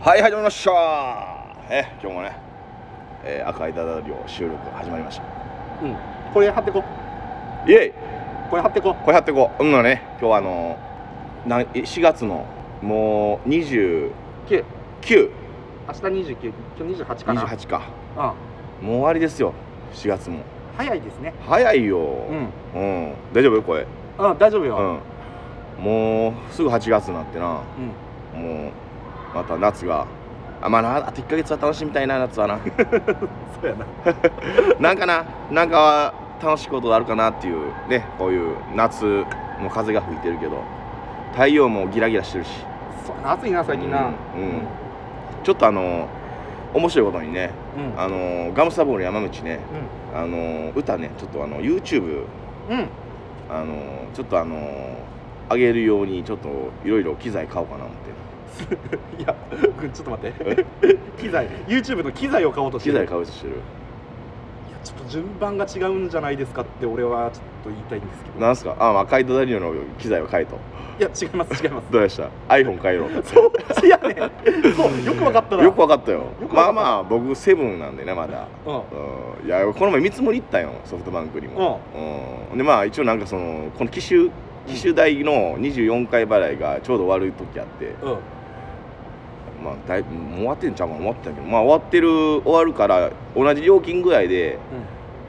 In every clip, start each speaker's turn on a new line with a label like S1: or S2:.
S1: はい始まりましたえ今日もね、えー、赤いダダリを収録が始まりました
S2: うん、これ貼ってこ
S1: イエイ
S2: これ貼ってこ
S1: これやっていこううんのね今日はあのなん4月のもう29
S2: 9
S1: 28
S2: 明日29今日28かな
S1: か
S2: うん、
S1: もう終わりですよ4月も
S2: 早いですね
S1: 早いよ
S2: うん、
S1: うん、大丈夫これ
S2: うん、大丈夫
S1: う
S2: よ、
S1: んもうすぐ8月になってな
S2: うん
S1: もうまた夏があまあなあと1か月は楽しみたいな夏はな
S2: そうやな
S1: なんかななんか楽しいことがあるかなっていうねこういう夏もう風が吹いてるけど太陽もギラギラしてるし
S2: そうやな暑いな最近な
S1: うんうんちょっとあの面白いことにね
S2: うんうん
S1: あのガムサボール山口ねあの歌ねちょっとあの YouTube
S2: うん
S1: あのちょっとあの上げるようにちょっといろいろ機材買おうかな思って
S2: いや うんちょっと待って機材 YouTube の機材を買おうとして
S1: 機
S2: る
S1: 材買おうとしてる
S2: いやちょっと順番が違うんじゃないですかって俺はちょっと言いたいんですけど
S1: なんすかあ、まあ、カイトダリオの機材を買えと
S2: いや違います違います
S1: どうでした iPhone 買えろ
S2: そっちやねんそうよくわかったな
S1: よくわかったよ
S2: よくわ
S1: ま
S2: か
S1: あまあ
S2: った
S1: 僕セブンなんでねまだ
S2: うんうん
S1: うんいやこの前見積もり行ったよソフトバンクにも、うんでまあ一応なんかそのこの機種機種代の24回払いがちょうど悪い時あって、まあ、だいもう終わってんちゃうかな思ってたけどまあ終わってる終わるから同じ料金ぐらいで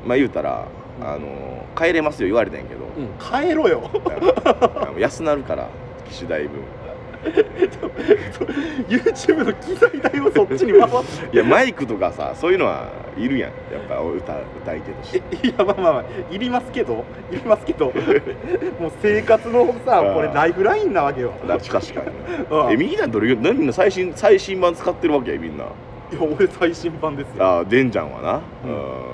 S1: まあ言うたら、
S2: うん
S1: あの帰れますよ言われたんやけど、
S2: うん、うん、帰ろよ
S1: あの安なるから機種代分
S2: YouTube の機材代をそっちに回す
S1: いやマイクとかさそういうのはいるやんやっぱ歌歌い手として
S2: いやまあまあまあいりますけどいりますけどもう生活のさ
S1: ああ
S2: これライフラインなわけよ、
S1: だ確かに
S2: うん
S1: え
S2: い
S1: みんなどれぐらいみんな最新最新版使ってるわけやみんな
S2: や俺最新版ですよ
S1: ああデンジャンはな、う
S2: うん
S1: ん、
S2: そう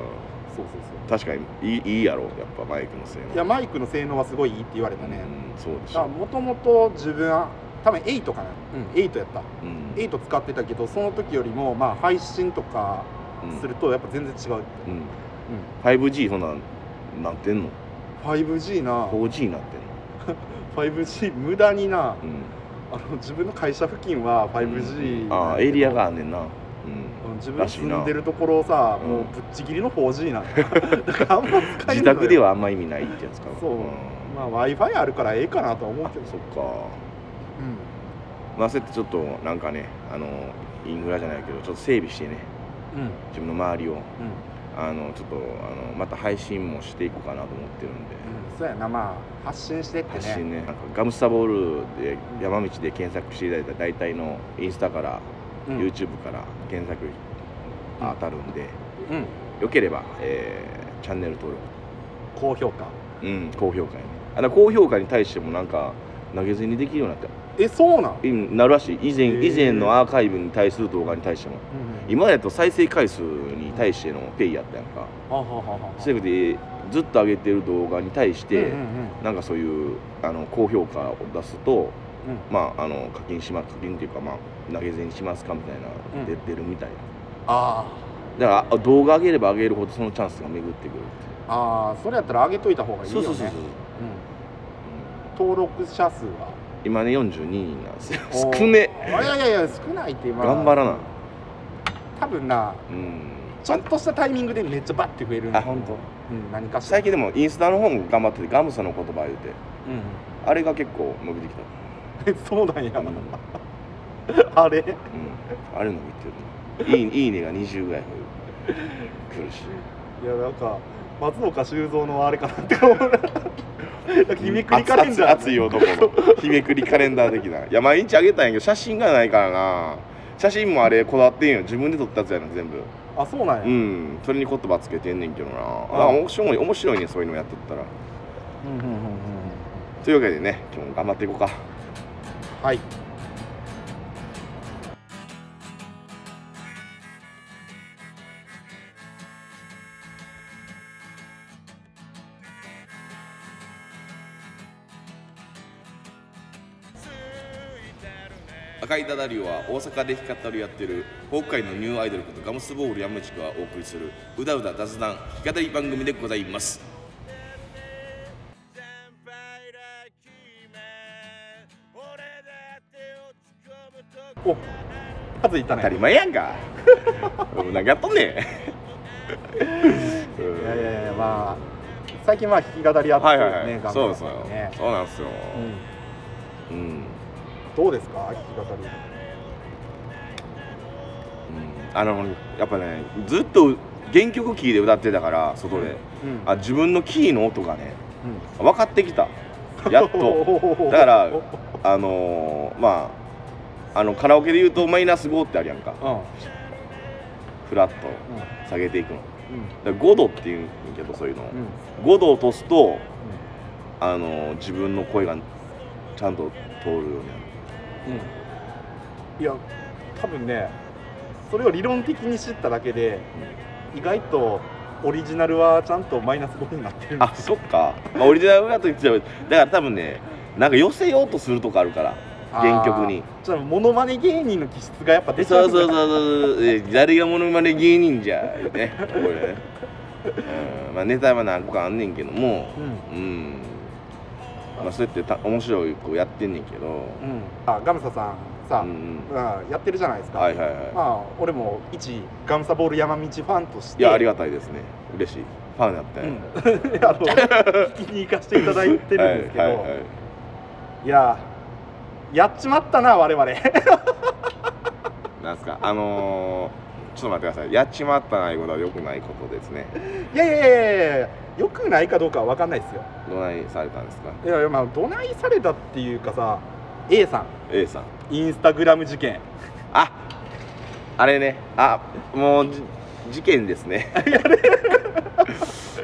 S2: そうそ
S1: 確かにいいいいやろやっぱマイクの性能
S2: ういやマイクの性能はすごいいいって言われたね、
S1: うん、そうでし
S2: あ
S1: ょ、
S2: もともと自分は多分8かな、うん、8やった
S1: うん
S2: 8使ってたけどその時よりもまあ配信とか
S1: うん
S2: するとやっぱ全然違う、
S1: うん 5G そんなんなってんの
S2: 5G な
S1: 4G になってんの
S2: 5G 無駄にな
S1: うん
S2: あの自分の会社付近は 5G、
S1: ああエリアがあんねんなうん
S2: うん自分の住んでるところさ
S1: うん
S2: もうぶっちぎりの 4G なんだだから あんま使えない
S1: 自宅で
S2: は
S1: はあんま意味ないってやつか
S2: そうんまあ w i f i あるからええかなとは思う
S1: あ
S2: けど
S1: そっかまあそうやってちょっとなんかねあのインフラじゃないけどちょっと整備してね
S2: うんうん
S1: 自分の周りを
S2: うん、うん、
S1: あのちょっとあのまた配信もしていこうかなと思ってるんで、
S2: そうやなまあ発信してってね
S1: 発信ねなんかガムスタボールで山道で検索していただいたら大体のインスタから、
S2: うん
S1: YouTube から検索当たるんで、
S2: うん
S1: よければ、えーチャンネル登録、
S2: 高評価
S1: うん、高評価にねあの高評価に対してもなんか投げ銭できるようになった
S2: えそうなん、
S1: うんなるらしい以前,、
S2: へー
S1: 以前のアーカイブに対する動画に対しても
S2: うん、
S1: 今やと再生回数に対してのペイやったやんか
S2: あははは
S1: そういうことでずっと上げてる動画に対して、
S2: うんうんうん
S1: なんかそういうあの高評価を出すと、
S2: うん
S1: まああの課金します課金っていうかまあ投げ銭しますかみたいな、
S2: うん
S1: 出てるみたい
S2: あ
S1: なだからあ動画上げれば上げるほどそのチャンスが巡ってくるっ
S2: ーあーそれやったら上げといた方が
S1: て
S2: いい
S1: そ
S2: よ
S1: う
S2: ね
S1: そうそうそう、
S2: うん
S1: う
S2: 登録者数は
S1: ん今ね42人なんですよ
S2: おー
S1: 少ね
S2: あいやいやいや少ないって今
S1: 頑張らな
S2: 多分な
S1: うん
S2: ちょっとしたタイミングでめっちゃバッて増えるん
S1: あ
S2: だ
S1: 本当。
S2: うん何かしら
S1: 最近でもインスタの方も頑張っててガムさんの言葉言うて
S2: うんうん
S1: あれが結構伸びてきた、
S2: そうなんや、
S1: うんうん、
S2: あれ
S1: あれ伸びてるいいいいねが20ぐらい来るし
S2: いやなんか松岡修造のあれかなって思うなんか日めくりカレンダー
S1: 熱い熱い男の日めくりカレンダー的ないや毎日あげたんやけど写真がないからな写真もあれこだわってんよ自分で撮ったやつやな全部
S2: あそうなんや、
S1: う
S2: うん
S1: んそれに言葉つけてんねんけどなあ面白い面白いねそういうのやっとったら
S2: うんうんうんうん
S1: というわけでね今日も頑張っていこうか
S2: はい
S1: 赤いダダリオは大阪で弾き語りをやっている北海のニューアイドルことガムスボール山口がお送りするうだうだ雑談弾き語り番組でございます
S2: おカズ行った
S1: 当た
S2: ね
S1: り前やんか うん何やっとん ねんうん
S2: いやいやいやまあ最近まあ弾き語りやって
S1: はい
S2: る
S1: は
S2: よ
S1: い
S2: ね
S1: はい
S2: ガン
S1: そう
S2: ガン
S1: ですよ
S2: ね
S1: そうなんですよ
S2: うん
S1: うん、うん
S2: どうですか弾き語り
S1: あのやっぱねずっと原曲キーで歌ってたから外で、
S2: うん
S1: あ自分のキーの音がね
S2: うん
S1: 分かってきたや っと
S2: と
S1: だから
S2: うん
S1: あのーまああのカラオケで言うとマイナス5ってあるやんかフラット下げていくの
S2: う
S1: だから5度って言うんけどそういうの、
S2: んうん
S1: 5度落とすとあの自分の声がちゃんと通るようになる
S2: うんいや多分ねそれを理論的に知っただけで意外とオリジナルはちゃんとマイナス5になってる
S1: あそっか、まあ、オリジナルだと言っちゃうだから多分ねなんか寄せようとするとこあるから原曲に
S2: あーじゃあモノマネ芸人の気質がやっぱ出ちゃ
S1: そううそうそう
S2: う
S1: そうそう え誰がモノマネ芸人じゃねこれねうんまあネタは何個かあんねんけども
S2: うん
S1: うんまあそうやってた面白いこうやってんねんけど
S2: うんあガムサさん
S1: う
S2: さ、
S1: ん
S2: まあやってるじゃないです
S1: うん
S2: か、
S1: はいはいは
S2: まあ俺も一ガムサボール山道ファンとし
S1: いい
S2: てい
S1: やあり
S2: が
S1: がたいですね嬉しいファンだった
S2: と
S1: よ、
S2: うん、 あの聞きに行かせていただいてるんですけど、
S1: はい
S2: い
S1: はいはい
S2: ややっちまったな我々
S1: なんすかあのー、ちょっと待ってくださいやっちまったないことは良くないことですね
S2: いやいやいやいやいやよくないかどうかは分かんないですよ
S1: どないされたんですか
S2: いやいやまあどないされたっていうかさ A さ
S1: A さん
S2: んインスタグラム事件
S1: ああれねあもうじ事件です ね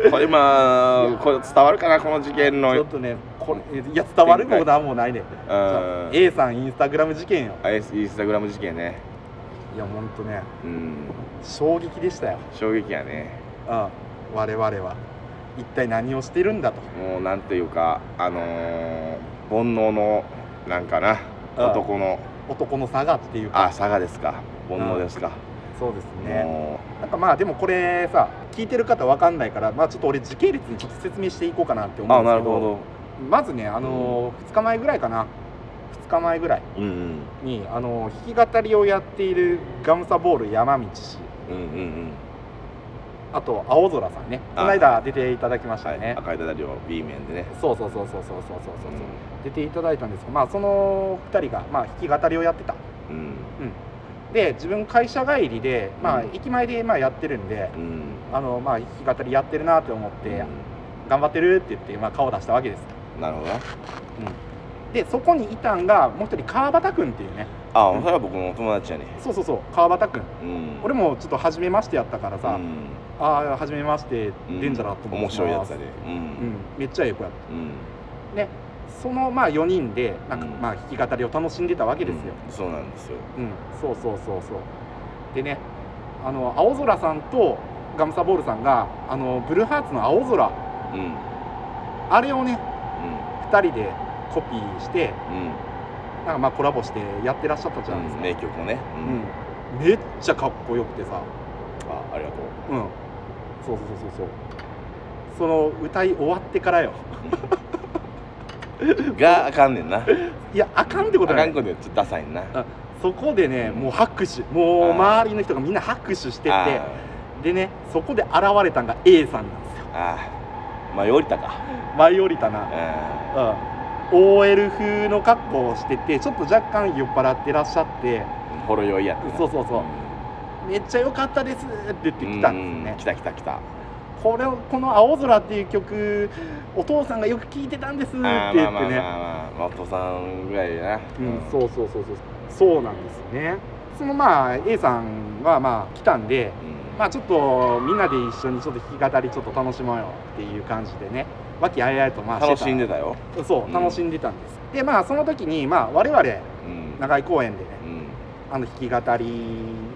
S1: これまあこれ伝わるかなこの事件の
S2: ちょっとねこれいや伝わるもなんもないね
S1: ん
S2: じゃあ A さんインスタグラム事件よ
S1: あインスインスタグラム事件ね
S2: いやほんとね
S1: うん
S2: 衝撃でしたよ、
S1: 衝撃やね
S2: うん、我々は一体何をしてるんだと
S1: もうなんていうかあのー、煩悩のなんかな
S2: うん
S1: 男の
S2: 男の差がっていう
S1: あ
S2: か
S1: 佐賀ですか煩悩ですか、
S2: そうですね
S1: も
S2: なんかまあでもこれさ聞いてる方わかんないからまあちょっと俺時系列にちょっと説明していこうかなって
S1: う
S2: 思う
S1: あ
S2: んです
S1: な
S2: け
S1: る
S2: ど
S1: ほ
S2: まずねあのー、2日前ぐらいかな2日前ぐらい
S1: どうんうん
S2: にあの弾き語りをやっているガムサボール山道氏
S1: うんうんうん
S2: あと青空さんね
S1: あ
S2: この間出ていただきました
S1: はい、
S2: ね、
S1: 赤いだりを B 面でね。
S2: そうそうそうそうそうそうそうそう、出ていただいたんですがまあその2人が、まあ、弾き語りをやってた
S1: うん、
S2: で自分会社帰りで、まあ、
S1: うん
S2: 駅前でまあやってるんで、
S1: うん、
S2: あのまあ弾き語りやってるなと思って、
S1: うん
S2: 頑張ってるって言って、まあ、顔出したわけです
S1: なるほどな。
S2: でそこにいたんがもう一人川端君っていうね
S1: あ、
S2: うん
S1: それは僕の友達やね。
S2: そうそうそう川端君
S1: うん、
S2: 俺もちょっと初めましてやったからさ、
S1: うん
S2: ああ初めまして
S1: うん
S2: デンジャラと思って
S1: 面
S2: ます
S1: 白いやつやで。う、
S2: うんん、めっちゃええ子やっ
S1: うん、
S2: たそのまあ4人でなんか
S1: うん
S2: まあ弾き語りを楽しんでたわけですよ、
S1: うんそうなんですよ。
S2: うんそうそうそうそうでねあの青空さんとガムサボールさんがあのブルーハーツの「青空
S1: うん、うん、」
S2: あれをね2人でコピーしてなんかまあコラボしてやってらっしゃったじゃないで
S1: う
S2: す
S1: ん、
S2: か、
S1: 名曲をね。う
S2: うん、めっちゃかっこよくてさ
S1: あ、ありがとう。
S2: うんそうそうそうそうそうその歌い終わってからよ
S1: があかんねんな。
S2: いやあかんってこ
S1: あ
S2: と
S1: か
S2: ない
S1: んことでちょっとダサいな。
S2: あそこでねもう拍手もう周りの人がみんな拍手してて
S1: あ
S2: でねそこで現れたんが A さんなんですよ
S1: ーあー、まあ降りたか。
S2: 舞い降りた
S1: うん
S2: な、うん OL 風の格好をしててちょっと若干酔っ払ってらっしゃって
S1: ほろ酔いやってな。
S2: そうそうそう「めっちゃ良かったです」って言って
S1: うん。
S2: きたんですよ
S1: う
S2: ね
S1: 来た来た来た。
S2: これをこの「青空」っていう曲お父さんがよく聴いてたんですって言
S1: あー
S2: って
S1: まあまあま
S2: ね
S1: あまあ、まあ、お父さんぐらいやな。
S2: うんそうそうそうそうそうなんですよねそのまあ A さんはまあ来たんで
S1: うん
S2: まあちょっとみんなで一緒にちょっと弾き語りちょっと楽しもうよっていう感じでね和気あいあいとまあ
S1: 楽しん
S2: で
S1: でたよ。
S2: そううん楽しんでたんです、でまあその時にまあ我々
S1: うん
S2: 長井公園でね
S1: うん
S2: あの弾き語り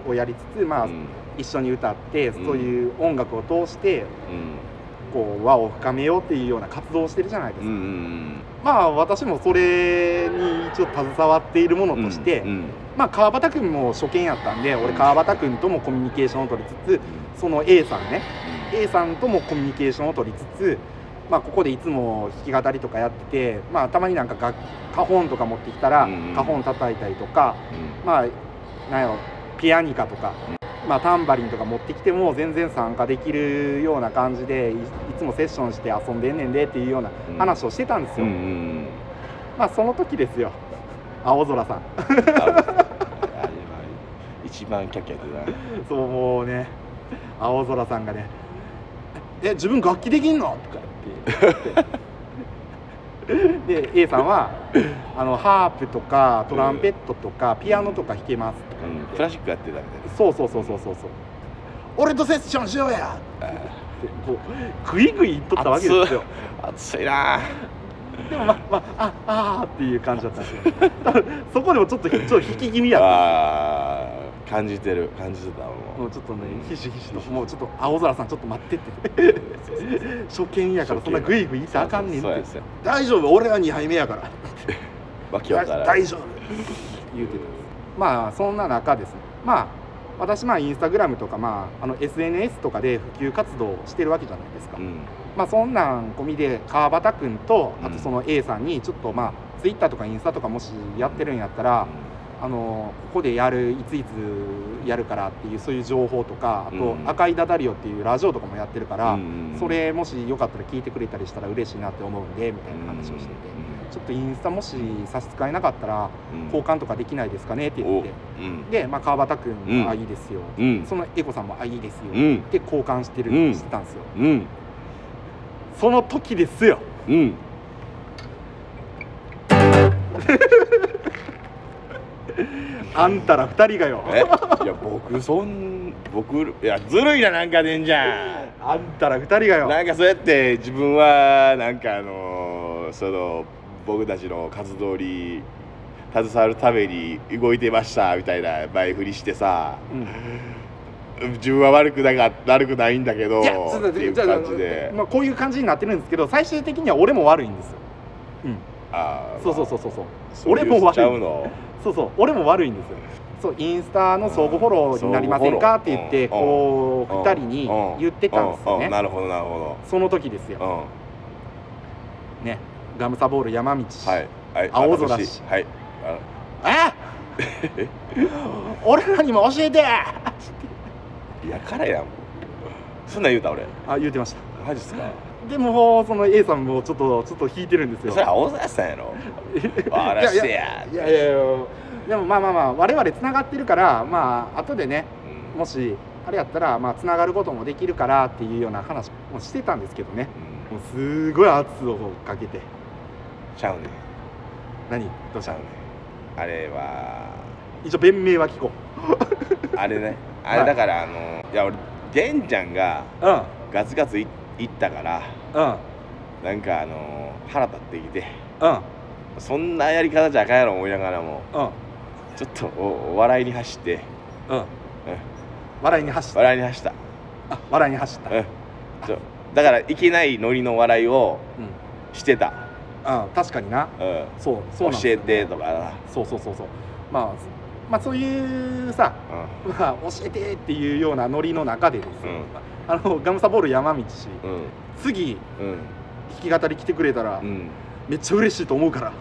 S2: をやりつつまあ
S1: うん
S2: 一緒に歌って、
S1: うん
S2: そういう音楽を通してこう輪を深めようっていうような活動をしてるじゃないです
S1: うんう
S2: か、
S1: ん
S2: まあ私もそれに一応携わっているもの
S1: うん
S2: として、
S1: うんうん
S2: まあ川端君も初見やったんで俺川端君ともコミュニケーションを取りつつその A さんね A さんともコミュニケーションを取りつつ、まあ、ここでいつも弾き語りとかやってて、まあ、たまになんか楽花本とか持ってきたら
S1: うんうん
S2: 花本叩いたりとか、まあ、なんやろピアニカとか、まあ、タンバリンとか持ってきても全然参加できるような感じでいいつもセッションして遊んでんねんでっていうような
S1: うん
S2: 話をしてたんです
S1: うん
S2: よ、
S1: うんうん
S2: まあその時ですよ青空さん
S1: あれは一番キャッキャやって
S2: そうもうね青空さんがね「え自分楽器できんの?」とか言ってで A さんはあの「ハープとかトランペットとかピアノとか弾けます」とか
S1: たな、
S2: 言
S1: うん
S2: って
S1: クラシックやってたみたいです
S2: そうそうそうそうそうそう俺とセッションしようやってこうグイグイ言っとったわけですよ
S1: 暑いな
S2: でもまあまあああーっていう感じだったんですよ多分そこでもちょっとちょっと引き気味やった
S1: あー感じてる感じてた
S2: も
S1: も
S2: う
S1: う
S2: ちょっとねひしひしともうちょっと青空さんちょっと待ってって初見やからそんなグイグイ言ったらあかんねんっ
S1: そうや
S2: て
S1: そうや
S2: 大丈夫俺は2杯目やから
S1: わけわからん
S2: 大丈夫言うてたんですまあそんな中ですねまあ私まあインスタグラムとかまああの SNS とかで普及活動をしてるわけじゃないですか、
S1: うん
S2: まあそんなん込みで川端君と
S1: うん
S2: あとその A さんにちょっとまあツイッターとかインスタとかもしやってるんやったら、あのここでやるいついつやるからっていうそういう情報とかあと、
S1: うん
S2: 赤いダダリオっていうラジオとかもやってるから、
S1: うん
S2: それもしよかったら聞いてくれたりしたら嬉しいなって思うんでみたいな話をしてて、ちょっとインスタもし差し支えなかったら
S1: うん
S2: 交換とかできないですかねって言って
S1: うん
S2: で、まあ、川端君
S1: うん
S2: が「あいいですよ」
S1: うん
S2: そのエコさんも「あいいですよ」
S1: う
S2: っ
S1: ん
S2: て交換してる、
S1: うん
S2: してたんですよ
S1: うん
S2: その時ですよ
S1: うん
S2: あんたら二人がよ
S1: えいや僕そん僕いやずるいななんかでんじゃん
S2: あんたら二人がよ
S1: なんかそうやって自分はなんかあのーその僕たちの活動に携わるために動いてましたみたいな前振りしてさ
S2: うん
S1: 自分は悪くなか悪くないんだけどっ
S2: い
S1: て
S2: やちょっと
S1: いう
S2: じゃあ
S1: 感じで
S2: まあ、こういう感じになってるんですけど最終的には俺も悪いんですよ、
S1: あ
S2: う
S1: ー
S2: ん、そうそうそうそうそう
S1: そういう
S2: 俺も悪い
S1: ちゃうの
S2: そうそう俺も悪いんですよそうインスタの相互フォローになりませんかって言って
S1: 相互フ
S2: こう
S1: うん
S2: 2人に言ってたんですよ
S1: ううう
S2: ね
S1: なるほどなるほ
S2: その時です
S1: ど
S2: よ
S1: うん
S2: ねガムサボール山道
S1: はいはい
S2: 青空
S1: 私
S2: し
S1: はいあ
S2: あ 俺らにも教えてあ
S1: やからやんもうそんなん言うた俺
S2: 言うてました
S1: マジっすか
S2: でもその A さんもちょっとちょっと引いてるんです
S1: え
S2: よ
S1: それ青空さんやろ笑わしてや
S2: いやいやいやでもまあまあまあ我々つながってるからまあ後でね
S1: うん
S2: もしあれやったらまあつながることもできるからっていうような話もしてたんですけどね
S1: うん
S2: もうすごい圧をかけて
S1: ちゃうねん
S2: 何どうし
S1: ちゃうねんあ
S2: た
S1: れ は
S2: 一応弁明は聞こ
S1: あれねあ
S2: は
S1: れ
S2: い
S1: だからあのいや俺玄ちゃんが
S2: ううん
S1: ガツガツいいったから
S2: うん
S1: なんかあの腹立ってきて
S2: うん
S1: そんなやり方じゃあかんやろ思いながらも
S2: うん
S1: ちょっとおお笑いに走って
S2: うん笑いに走った
S1: 笑いに走った
S2: あ笑いに走った
S1: うんちょだからいけないノリの笑いを
S2: う
S1: してた、
S2: ん、うん、確かにな
S1: うん、
S2: そうそ
S1: 教
S2: うなんです
S1: え
S2: よ
S1: てとか
S2: そうそうそうそうまあそまあそういうさ
S1: な、
S2: まあ教えてっていうようなノリの中でですよ、
S1: うん
S2: あのガムサボール山道氏
S1: うんうん
S2: 次
S1: うん
S2: 弾き語り来てくれたら、
S1: うん
S2: めっちゃ嬉しいと思 うから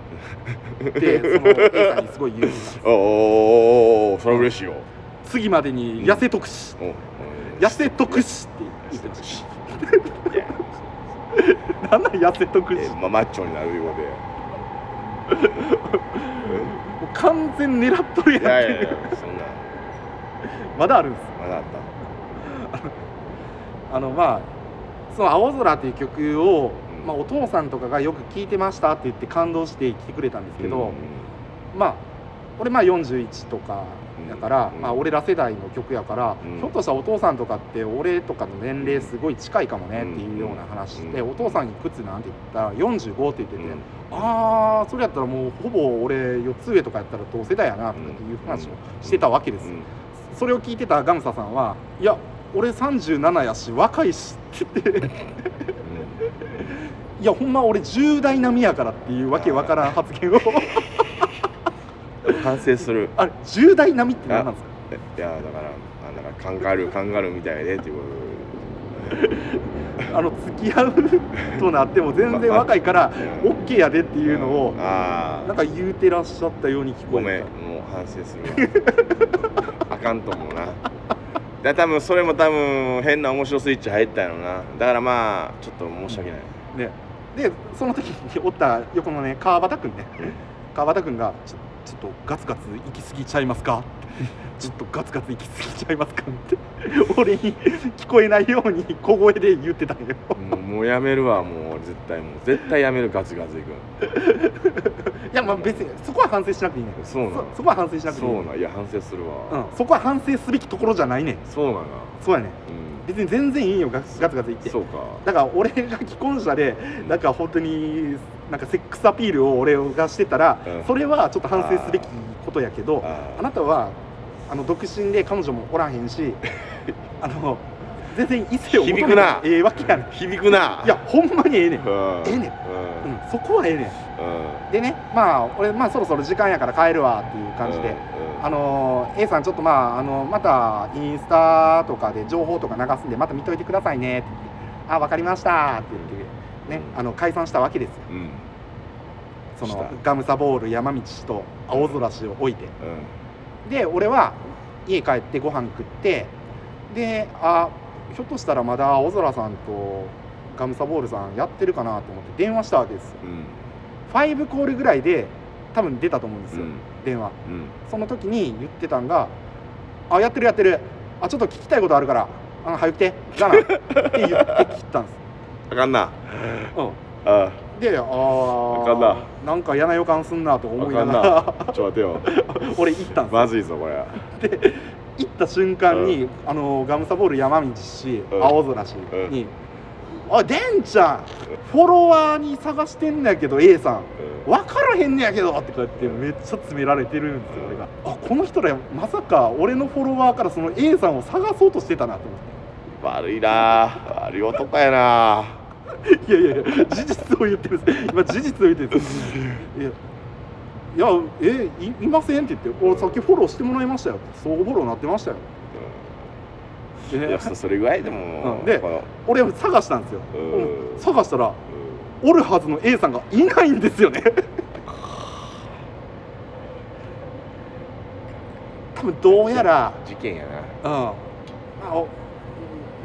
S2: ってその A さんにすごい言うてた
S1: おーおーおーおーそれ嬉しいよ
S2: 次までに痩せとくし、
S1: おうん
S2: 痩せとくしって言ってまし
S1: いや
S2: たなんなん痩せとくし
S1: えま
S2: も
S1: マッチョになるよう
S2: う完全狙っとるや
S1: でいや
S2: ん
S1: いやいやそんな
S2: まだあるんです
S1: まだあっ
S2: あのまあその「青空」っていう曲を、
S1: うん
S2: まあ、お父さんとかがよく聴いてましたって言って感動して来てくれたんです
S1: た
S2: けど、
S1: う
S2: まあ俺まあ41とかだから、
S1: うん
S2: まあ、俺ら世代の曲やから、
S1: うん
S2: ひょっとしたらお父さんとかって俺とかの年齢すごい近いかもねっていうような話で、
S1: うん
S2: お父さんいくつなんて言ったら45って言ってて、
S1: んうん
S2: ああそれやったらもうほぼ俺4つ上とかやったら同世代やなとかっていう話をしてたわけですよ、それを聞いてたガムサさんはいや俺37やし若いしって言って
S1: うん
S2: いやほんま俺10代並みやからっていうわけわからん発言 を
S1: うん反省する
S2: あれ10代並みって何なんですか
S1: いやだからあだからカンガルーカンガルーみたいでっていうこと
S2: あの付き合うとなっても全然若いから
S1: うん
S2: OK やでっていうのを
S1: あ
S2: な
S1: あ
S2: んか言うてらっしゃったように聞こ
S1: ごめ
S2: え
S1: んもう反省するわ あかんと思うなだ多分それも多分変な面白スイッチ入ったやろなだからまあちょっと申し訳ない、
S2: たねでその時におった横のね川端君ね
S1: うん
S2: 川端君がちょ「ちょっとガツガツ行き過ぎちゃいますか?」ちょっとガツガツ行き過ぎちゃいますか?」って俺に聞こえないように小声で言ってたんよ
S1: もうもうやめるわもう絶対もう絶対やめるガツガツいく
S2: いやまあ別にそこは反省しなくていいね
S1: そうな
S2: そ
S1: の
S2: そこは反省しなくていい
S1: そうなんいや反省する
S2: う
S1: わ、
S2: ん、そこは反省すべきところじゃないねん
S1: そうなの
S2: そうやねん
S1: う
S2: 別に全然いいよガツガツガツ言っ
S1: ん
S2: て
S1: そうか
S2: だから俺が既婚者でなんか本当になんかセックスアピールを俺がしてたら、
S1: うん
S2: それはちょっと反省すべきことやけどあ
S1: あ
S2: なたはあの独身で彼女もおらへ んしあの全然異性を求め
S1: 響くな
S2: ええわけやねん
S1: ー響くない
S2: やほんまにええねん、
S1: う
S2: うんええね
S1: う
S2: ん
S1: ん
S2: ん、そこはええねん
S1: うん
S2: でねまあ俺まあそろそろ時間やから帰るわっていう感じで、
S1: うん
S2: あの A さん、ちょっとまああのまたインスタとかで情報とか流すんで、また見といてくださいねって言って、あ、わかりましたって言って、ね、あの解散したわけですよ、
S1: うん
S2: そ
S1: し
S2: の
S1: た
S2: ガムサボール、山道氏と青空氏を置いて、
S1: うん
S2: で、俺は家帰ってご飯食って、で、あ、ひょっとしたらまだ青空さんとガムサボールさんやってるかなと思って、電話したわけですよ、
S1: うん
S2: 5コールぐらいで、多分出たと思うんですよ、電話。
S1: うんうん
S2: その時に言ってたんが「あやってるやってるあちょっと聞きたいことあるからあ早く来てじゃあな」って言って切ったんです、
S1: あかんな
S2: う
S1: あ
S2: ん、であー
S1: あかんな
S2: なんか嫌な予感すんなと思いなが
S1: あ
S2: ら
S1: ーちょっと待て よ
S2: 俺行ったんです、
S1: まずいぞこれ
S2: 行った瞬間に、あのガムサボール山道氏、
S1: うん
S2: 青空氏に「あでんちゃんフォロワーに探してんねやけど A さん
S1: う
S2: 分からへんねやけどってこうやってめっちゃ詰められてるんですよ俺があこの人らまさか俺のフォロワーからその A さんを探そうとしてたなと思っ
S1: ん悪いな悪い男やな
S2: てい やいやいや事実を言ってるんです今事実を言ってるんですいやいやえいいませんって言って俺さっきフォローしてもらいましたよ相互フォローなってましたよで
S1: うんい
S2: ね
S1: や そそれぐらいでも
S2: うんで
S1: この
S2: 俺探したんですよ
S1: うん
S2: うん探したら
S1: うん
S2: おるはずの A さんがいないんです よね多分どうやら
S1: 事件やな
S2: うんまあお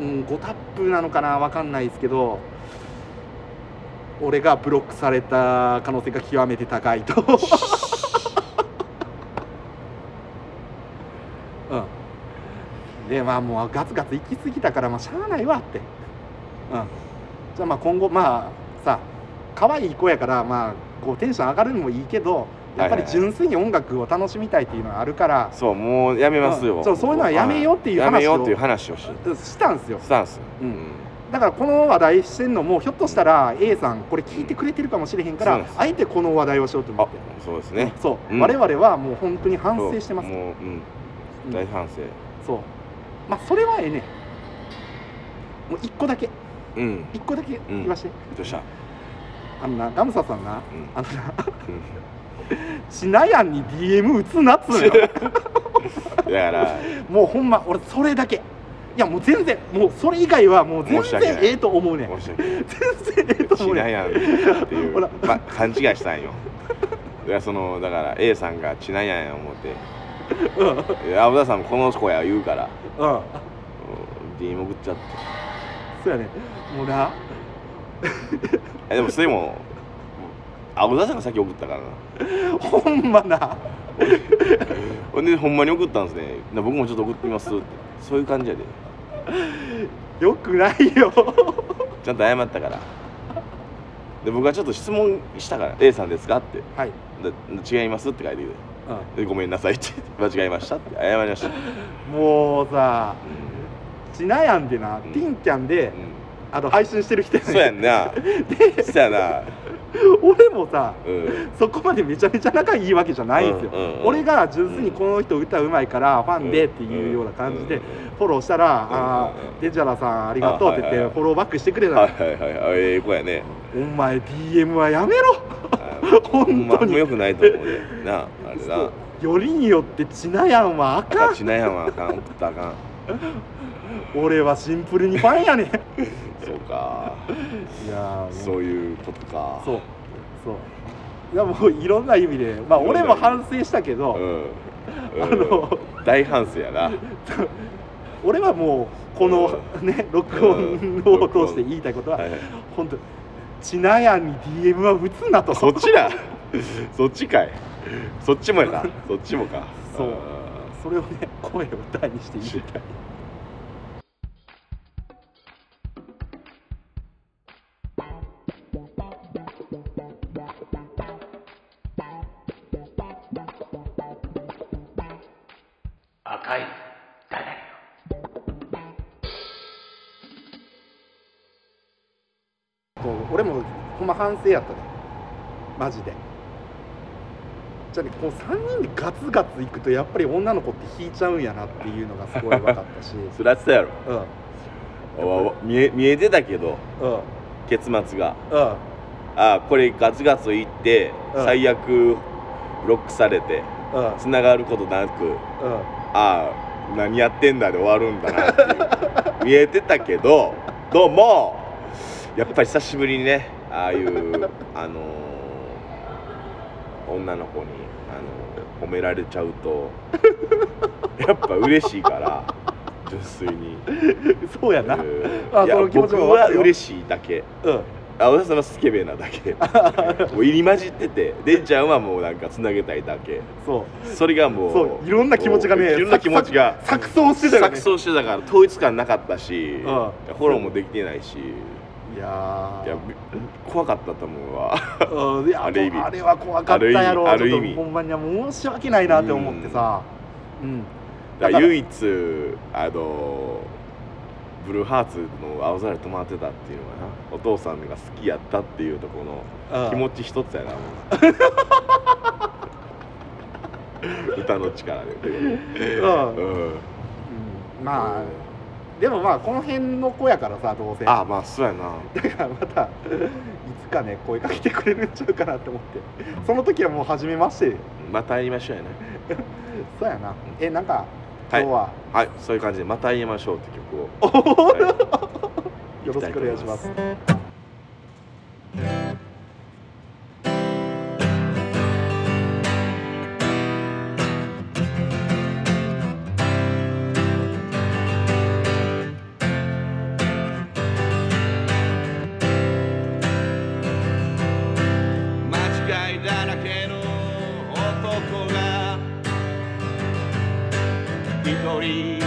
S2: うん、ごタップなのかなわかんないですけど俺がブロックされた可能性が極めて高いと うんでまあもうガツガツ行き過ぎたからまあしゃあないわってうんじゃあまあ今後まあさ可愛い子やからまあこうテンション上がるのもいいけどやっぱり純粋に音楽を楽しみたいっていうのはあるから、
S1: そうもうやめますよ、
S2: うんそうそういうのはやめようっていう話を
S1: やめようっていう話をし
S2: したんですよ
S1: スタンス
S2: うんだからこの話題してんのもひょっとしたら A さんこれ聞いてくれてるかもしれへんか
S1: そう
S2: ら
S1: なんです
S2: あえてこの話題をしようと思
S1: あ
S2: っ
S1: そうです
S2: て
S1: ね
S2: そう、
S1: うん
S2: 我々はもう本当に反省してます
S1: そうもう、うん、
S2: うん
S1: 大反省
S2: そうまあそれはええねもう一個だけ
S1: うん
S2: 一個だけ言わして、
S1: どうした
S2: あのなガムサさんな
S1: うん
S2: あのな
S1: うん
S2: シナヤンに DM 打つなっつう のよ
S1: だから
S2: もうほんま俺それだけいやもう全然もうそれ以外はもう全
S1: 申し訳
S2: 然
S1: ない
S2: ええと思うね
S1: 申
S2: ん
S1: し訳ない
S2: 全然ええと思
S1: し
S2: う
S1: な
S2: ねん
S1: やんってい
S2: ほ
S1: う、
S2: ら
S1: ま、勘違いしたんよいやそのだから A さんがちなやんや思って
S2: うんうん
S1: いや青田さんもこの子や言うから
S2: そう
S1: うん DM 送っちゃって
S2: やねもうな
S1: えでもそれも青田さんが先送ったからな
S2: ほんまな
S1: ほんでほんまに送ったんですねな僕もちょっと送ってみますってそういう感じやで
S2: よくないよ
S1: ちゃんと謝ったからで僕はちょっと質問したから「A さんですか?」って
S2: はい、
S1: で「違います」って書いてきてで「ごめんなさい」って 「間違えました」って謝りました
S2: もうさ
S1: う
S2: ちなやんでな、
S1: ん
S2: ティンキャンで、
S1: んうん
S2: あの配信してる人やね
S1: そうやん なそうやな
S2: 俺もさ
S1: うん
S2: そこまでめちゃめちゃ仲いいわけじゃないんですよ、
S1: うんうんうん
S2: 俺が純粋にこの人歌うまいからファンでっていうような感じで
S1: うん
S2: フォローしたら「
S1: うん
S2: あ
S1: うん
S2: ーデジャラさんありがとう」って言
S1: あ
S2: っ
S1: はいはい
S2: て
S1: はい
S2: フォローバックしてくれた
S1: はい
S2: の
S1: はいはいあええ子やね
S2: お前 DM はやめろ
S1: あ
S2: 本当に
S1: ほんまよくないと思うでなあれな
S2: よりによってちなやんはあかん
S1: 赤ちなやんはあかん送ったらあかん
S2: 俺はシンプルにファン やねんい
S1: そうか
S2: やー
S1: そういうことか
S2: そうそういやもういろんな意味でまあ
S1: いろんな
S2: 俺
S1: 意味
S2: も反省したけど、
S1: ん、うん
S2: あの
S1: 大反省やな
S2: 俺はもうこのね録音を通して言いたいことは、
S1: はいはい
S2: 本当ちなやんに DM は打つなと
S1: そっちだそっちかいそっちもやなそっちもか
S2: そう
S1: あ
S2: それをね声を歌にして言いたい
S3: 赤い
S2: こう俺もほんま反省やったねマジでじゃあねこう3人でガツガツいくとやっぱり女の子って引いちゃうんやなっていうのがすごい分かった し
S1: ーつらってたやろ
S2: うんうん
S1: わわ見え見えてたけど
S2: うん
S1: 結末がああこれガツガツいって、
S2: うん
S1: 最悪ロックされて
S2: うん
S1: 繋がることなく
S2: うん
S1: ああ何やってんだで終わるんだなっていう見えてたけどどうもやっぱり久しぶりにねああいうあのー女の子に、あのー褒められちゃうとやっぱ嬉しいから純粋に、
S2: そうやな
S1: うん
S2: あ
S1: いや
S2: その気持ち
S1: 僕
S2: もわか
S1: は
S2: るよ
S1: 嬉しいだけ
S2: うん
S1: あ私はスケベなだ けもう入り混じっててでんちゃんはもうなんかつなげたいだけ
S2: そう
S1: それがもう
S2: そういろんな気持ちがね
S1: いろんな気持ちが
S2: 錯綜してたよね
S1: 錯綜してたから統一感なかったし、
S2: ん
S1: フォローもできてないしい
S2: いやー
S1: やび怖かったと思うわ
S2: うんいや
S1: ある意味
S2: あれは怖かったやろ
S1: ある意味
S2: ちょっとほんまに申し訳ないなって思ってさうん
S1: だ
S2: だ
S1: か
S2: からら
S1: 唯一あのブルーハーツの青空に泊まってたっていうのがなお父さんが好きやったっていうところ
S2: うん
S1: の気持ち一つや なもう歌の力で、
S2: うん
S1: うん
S2: うんまあでもまあこの辺の子やからさどうせ
S1: ああまあそうやな
S2: だから またいつかね声かけてくれるんちゃうかなと思ってその時はもう初めまして
S1: また会いましょうやね
S2: そうやなえなんか
S1: は
S2: 今
S1: い
S2: 日は
S1: はいそういう感じで「また会いましょう」って 曲を
S2: よろしくお願いします、
S1: 間違いだらけの男が一人き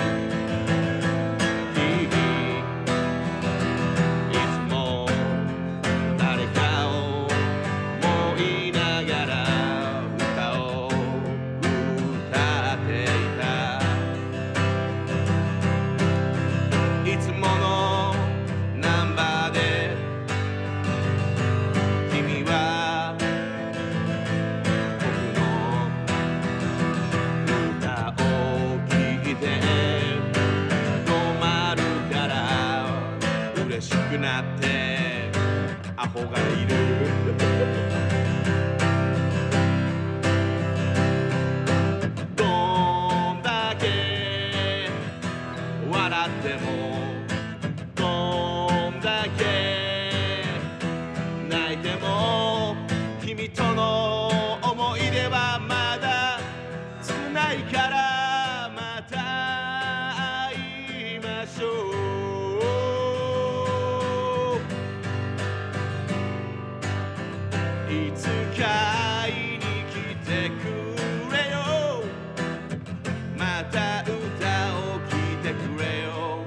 S1: りいつも誰かを思いながら歌を歌っていたいつものナンバーで君は僕の歌を聴いて止まるから嬉しくなってアホがいるどんだけ笑ってもどんだけ泣いても君との思い出はまだ繋いからまた会いましょういつか会いに来てくれよまた歌を聴いてくれよ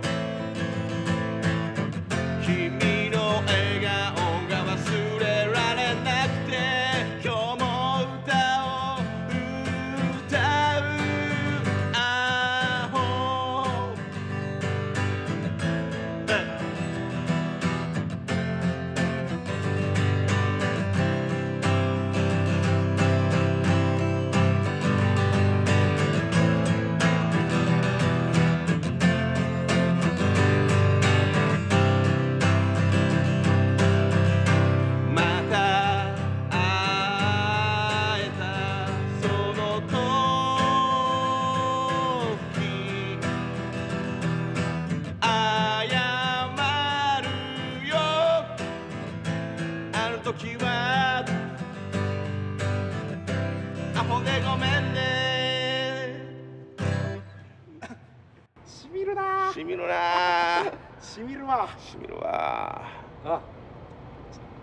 S2: しみるな
S1: しみるなー
S2: しみるわ
S1: しみるわ
S2: あ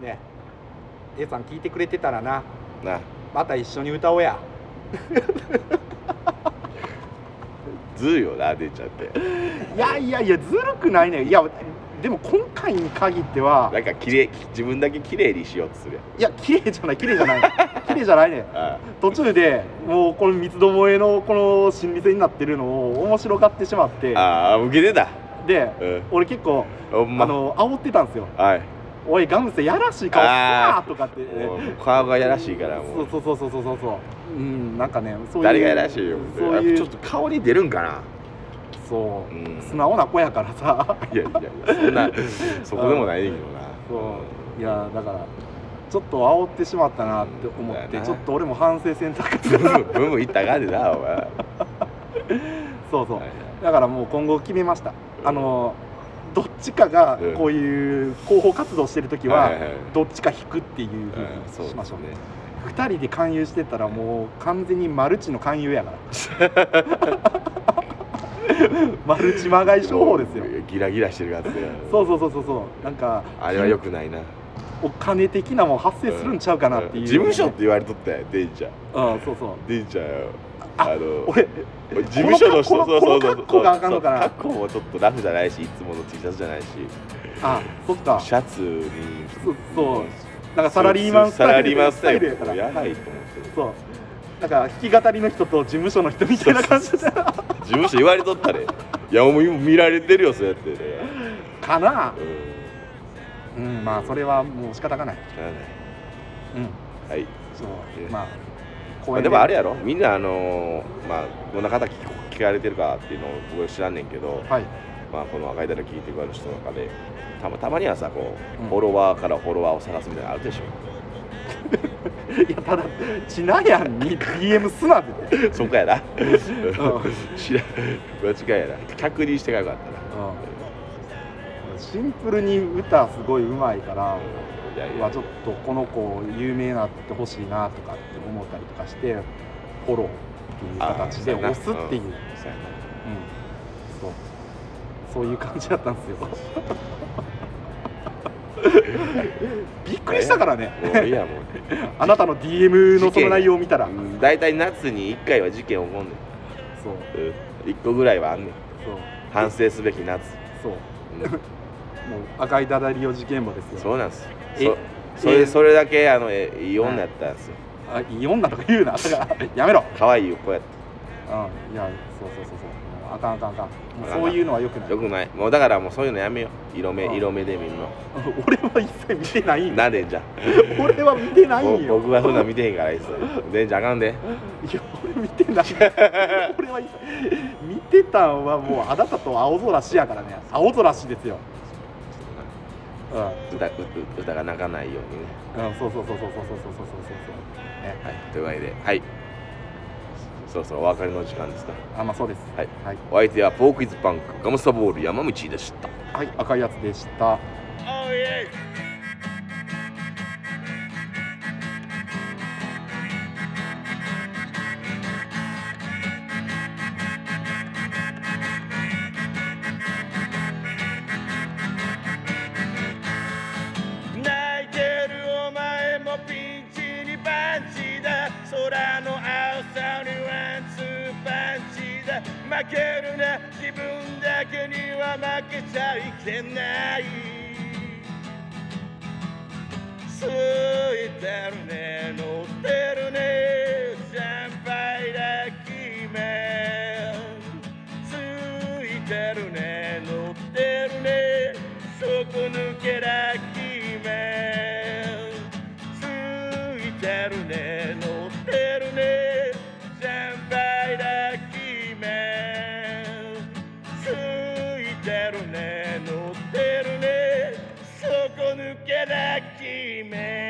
S2: ねえ A さん聞いてくれてたらな
S1: ーな
S2: また一緒に歌おうや
S1: ずるよな出ちゃって
S2: いやいやいやずるくないねいやでも今回に限っては
S1: なんか綺麗自分だけ綺麗にしようとする
S2: いや綺麗じゃない綺麗じゃない 綺麗じゃないね
S1: やんあ
S2: 途中でもうこの三つどもえのこの心理戦になってるのを面白がってしまっ
S1: ー
S2: て
S1: あー受けてた
S2: で
S1: うん
S2: 俺結構
S1: ほ
S2: あ
S1: んま
S2: の煽ってたんですよ
S1: はい
S2: 「おいガムせやらしい顔すな!」とかってね
S1: もう顔がやらしいからもう
S2: そうそうそうそうそうそううんなんかねそういう
S1: 誰がやらしいよみた
S2: そう
S1: いな
S2: いう
S1: ちょっと顔に出るんかな
S2: そううん素直な子やからさ
S1: いやいやいやそん なそこでもないねんけどな
S2: そういやだからちょっと煽ってしまったなって思
S1: う
S2: っ
S1: ん
S2: て
S1: だよな
S2: ちょっと俺も反省せんとあかん
S1: ブンブンブンブンいったらあかんでなお前
S2: そうそう
S1: はい
S2: だからもう今後決めましたあのどっちかが
S1: うん
S2: こういう広報活動してる時
S1: はい
S2: は
S1: はい
S2: どっちか引くっていうふ
S1: うん
S2: う
S1: そうで
S2: にし
S1: す
S2: ましょうね
S1: ね
S2: 2人で勧誘してたらもう完全にマルチの勧誘やから マルチまがい商法ですよ
S1: ギラギラしてるやつや
S2: そうそうそうそうそうなんか
S1: あれは良くないな
S2: お金的なもん発生するんちゃうかなっていう、
S1: 事務所って言われとったやんデイちゃん
S2: うんそうそう
S1: デイちゃんよ
S2: あ
S1: あの
S2: 俺
S1: 事務所の人
S2: このこのこの格好があかんのかな
S1: そう格好もちょっとラフじゃないしいつもの T シャツじゃないし
S2: あそっか
S1: シャツに
S2: そうそうなんかサラリーマンス
S1: サ
S2: タ
S1: ラ
S2: イル
S1: リーマンスタイル
S2: や
S1: や
S2: か
S1: かららやばいと思って
S2: そうなんか弾き語りの人と事務所の人みたいな感じで
S1: 事務所言われとったでいやもう今見られてるよそうやってね
S2: かな
S1: うん
S2: うんまあそれはもう仕方がない
S1: しゃあないは
S2: うん
S1: い
S2: そう
S1: え
S2: まあ
S1: ま
S2: 公
S1: あ
S2: 園
S1: でもあれやろみんなあのーまあどんな方聞こ聞かれてるかっていうのを僕は知らんねんけど、
S2: はい
S1: まあこの若いだ聞いてくれる人の中でたまたまにはさこう、
S2: うん
S1: フォロワーからフォロワーを探すみたいなのある でし
S2: いやただちなやんに DM すなっ て
S1: ょそこやな
S2: うん
S1: 知らん間違いやな確認してかよかったな
S2: シンプルに歌すごい上手いから
S1: いやい
S2: は
S1: や
S2: ちょっとこの子有名になってほしいなとかって思ったりとかしてフォローっていう形で
S1: あーそうやな
S2: 押すっていう、う
S1: そうや
S2: ん
S1: な
S2: そうそういう感じだったんです よびっくりしたからね
S1: もういいやもう
S2: あなたの DM のその内容を見たら
S1: うん大体夏に1回は事件起こんねん
S2: そう
S1: 1個ぐらいはあんねん
S2: そう
S1: 反省すべき 夏、
S2: そう
S1: うん
S2: もう赤いダダリオ事件簿ですよ
S1: そうなんです
S2: え
S1: よそそ
S2: え
S1: れそれだけあのえいい女やったんですよ
S2: あいい女とか言うなだ からやめろ
S1: 可愛い子やっ
S2: うんいやそうそうそうそうもうあかんあかんあかんもうそういうのはよくな
S1: た
S2: い
S1: よくないもうだからもうそういうのやめよう色
S2: ああ
S1: 目色目で見ん の
S2: 俺は一切見てないんよ
S1: なでんじゃん
S2: 俺は見てないん
S1: ぼ
S2: よ
S1: 僕はそんなん見てへんからいいっすでんじゃんあかんで
S2: いや俺見てない 俺は一切見てたんはもうあなたと青空しやからね青空しですようん、うん、
S1: 歌うう歌が泣かないようにね
S2: そうそうそうそうそうそうそうそう
S1: はいというわけではいそろそろお別れの時間ですか
S2: あまあそうです
S1: はい
S2: はい、
S1: お相手はポークイズパンクガムサボール山道でした
S2: はい、赤いやつでした
S4: 泣いてるお前もピンチにパンチだ空の青さにワンツーパンチだ負けるな自分だけには負けちゃいけないついてるね乗ってるね先輩だ君ついてるね乗ってるね底抜けだ君ついてるね乗ってるね先輩だ君ついてるね乗ってるね底抜けな君